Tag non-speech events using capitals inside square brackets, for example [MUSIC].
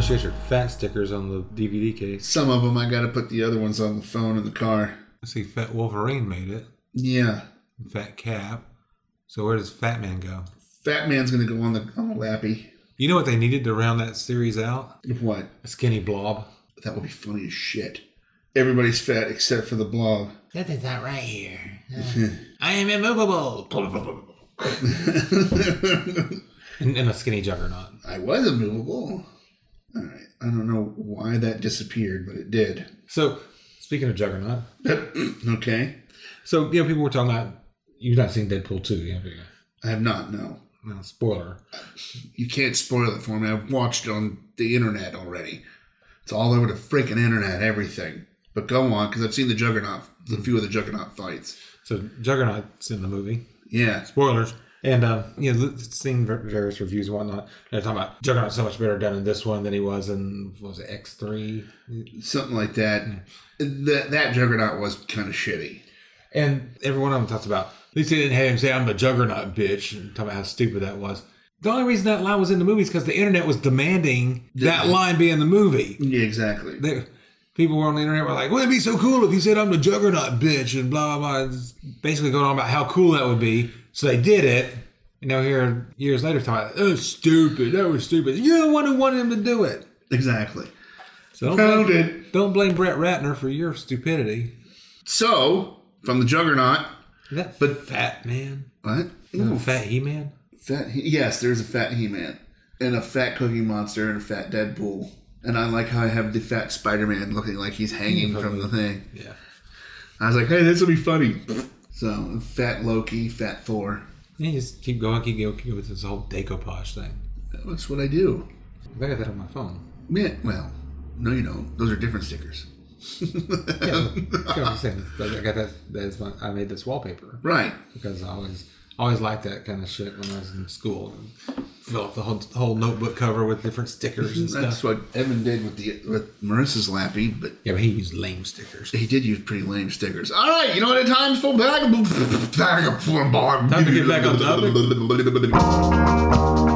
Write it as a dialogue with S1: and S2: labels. S1: shit are fat stickers on the DVD case.
S2: Some of them I got to put the other ones on the phone in the car.
S1: I see Fat Wolverine made it.
S2: Yeah,
S1: Fat Cap. So where does Fat Man go?
S2: Fat Man's gonna go on the on the lappy.
S1: You know what they needed to round that series out?
S2: What?
S1: A skinny blob.
S2: That would be funny as shit. Everybody's fat except for the blob.
S1: Nothing's not right [LAUGHS] here. I am immovable. and, and a skinny juggernaut.
S2: [LAUGHS] I was immovable. All right. I don't know why that disappeared, but it did. [CLEARS THROAT]
S1: So speaking of juggernaut,
S2: okay.
S1: so you know people were talking about you've not seen Deadpool two, you know,
S2: I have not. No.
S1: no, spoiler.
S2: You can't spoil it for me. I've watched it on the internet already. It's all over the freaking internet, everything. But go on, because I've seen the Juggernaut, the few of the Juggernaut fights.
S1: So Juggernaut's in the movie.
S2: Yeah.
S1: spoilers. And um, you know, th- seeing ver- various reviews and whatnot, they're talking about Juggernaut's so much better done in this one than he was in what was it X three,
S2: Something like that. That that Juggernaut was kind of shitty.
S1: and every one of them talks about at least they didn't have him say I'm a Juggernaut bitch and talking about how stupid that was. The only reason that line was in the movie is because the internet was demanding that line be in the movie.
S2: Yeah, exactly.
S1: They, people were on the internet were like, "Wouldn't it be so cool if he said I'm the Juggernaut bitch?" and blah blah blah, It's basically going on about how cool that would be. So they did it. And now here years later, talking about, "Oh, stupid! That was stupid. You're the one who wanted him to do it."
S2: Exactly.
S1: So don't
S2: Found
S1: blame,
S2: it.
S1: Don't blame Brett Ratner for your stupidity.
S2: So from the Juggernaut,
S1: Is that
S2: But-
S1: fat man,
S2: what?
S1: Is that
S2: Ooh,
S1: fat he man.
S2: Fat he- yes, there's a fat He-Man and a fat Cookie Monster and a fat Deadpool. And I like how I have the fat Spider-Man looking like he's hanging from the thing.
S1: Yeah.
S2: I was like, hey, this will be funny. So fat Loki, fat Thor.
S1: You just keep going, keep going, keep going with this whole decoupage thing.
S2: That's what I do.
S1: I got that on my phone.
S2: Yeah, well, no, you don't. Those are different stickers. [LAUGHS]
S1: Yeah, that's what I'm saying. I got that. That's my. I made this wallpaper.
S2: Right.
S1: because I always always liked that kind of shit when I was in school. Fill up the whole, the whole notebook cover with different stickers and
S2: That's
S1: stuff.
S2: what Evan did with the with Marissa's lappy, but
S1: Yeah, but he used lame stickers.
S2: he did use pretty lame stickers. All right, you know what? At times, full [LAUGHS] back. Time [LAUGHS]
S1: to get back on topic.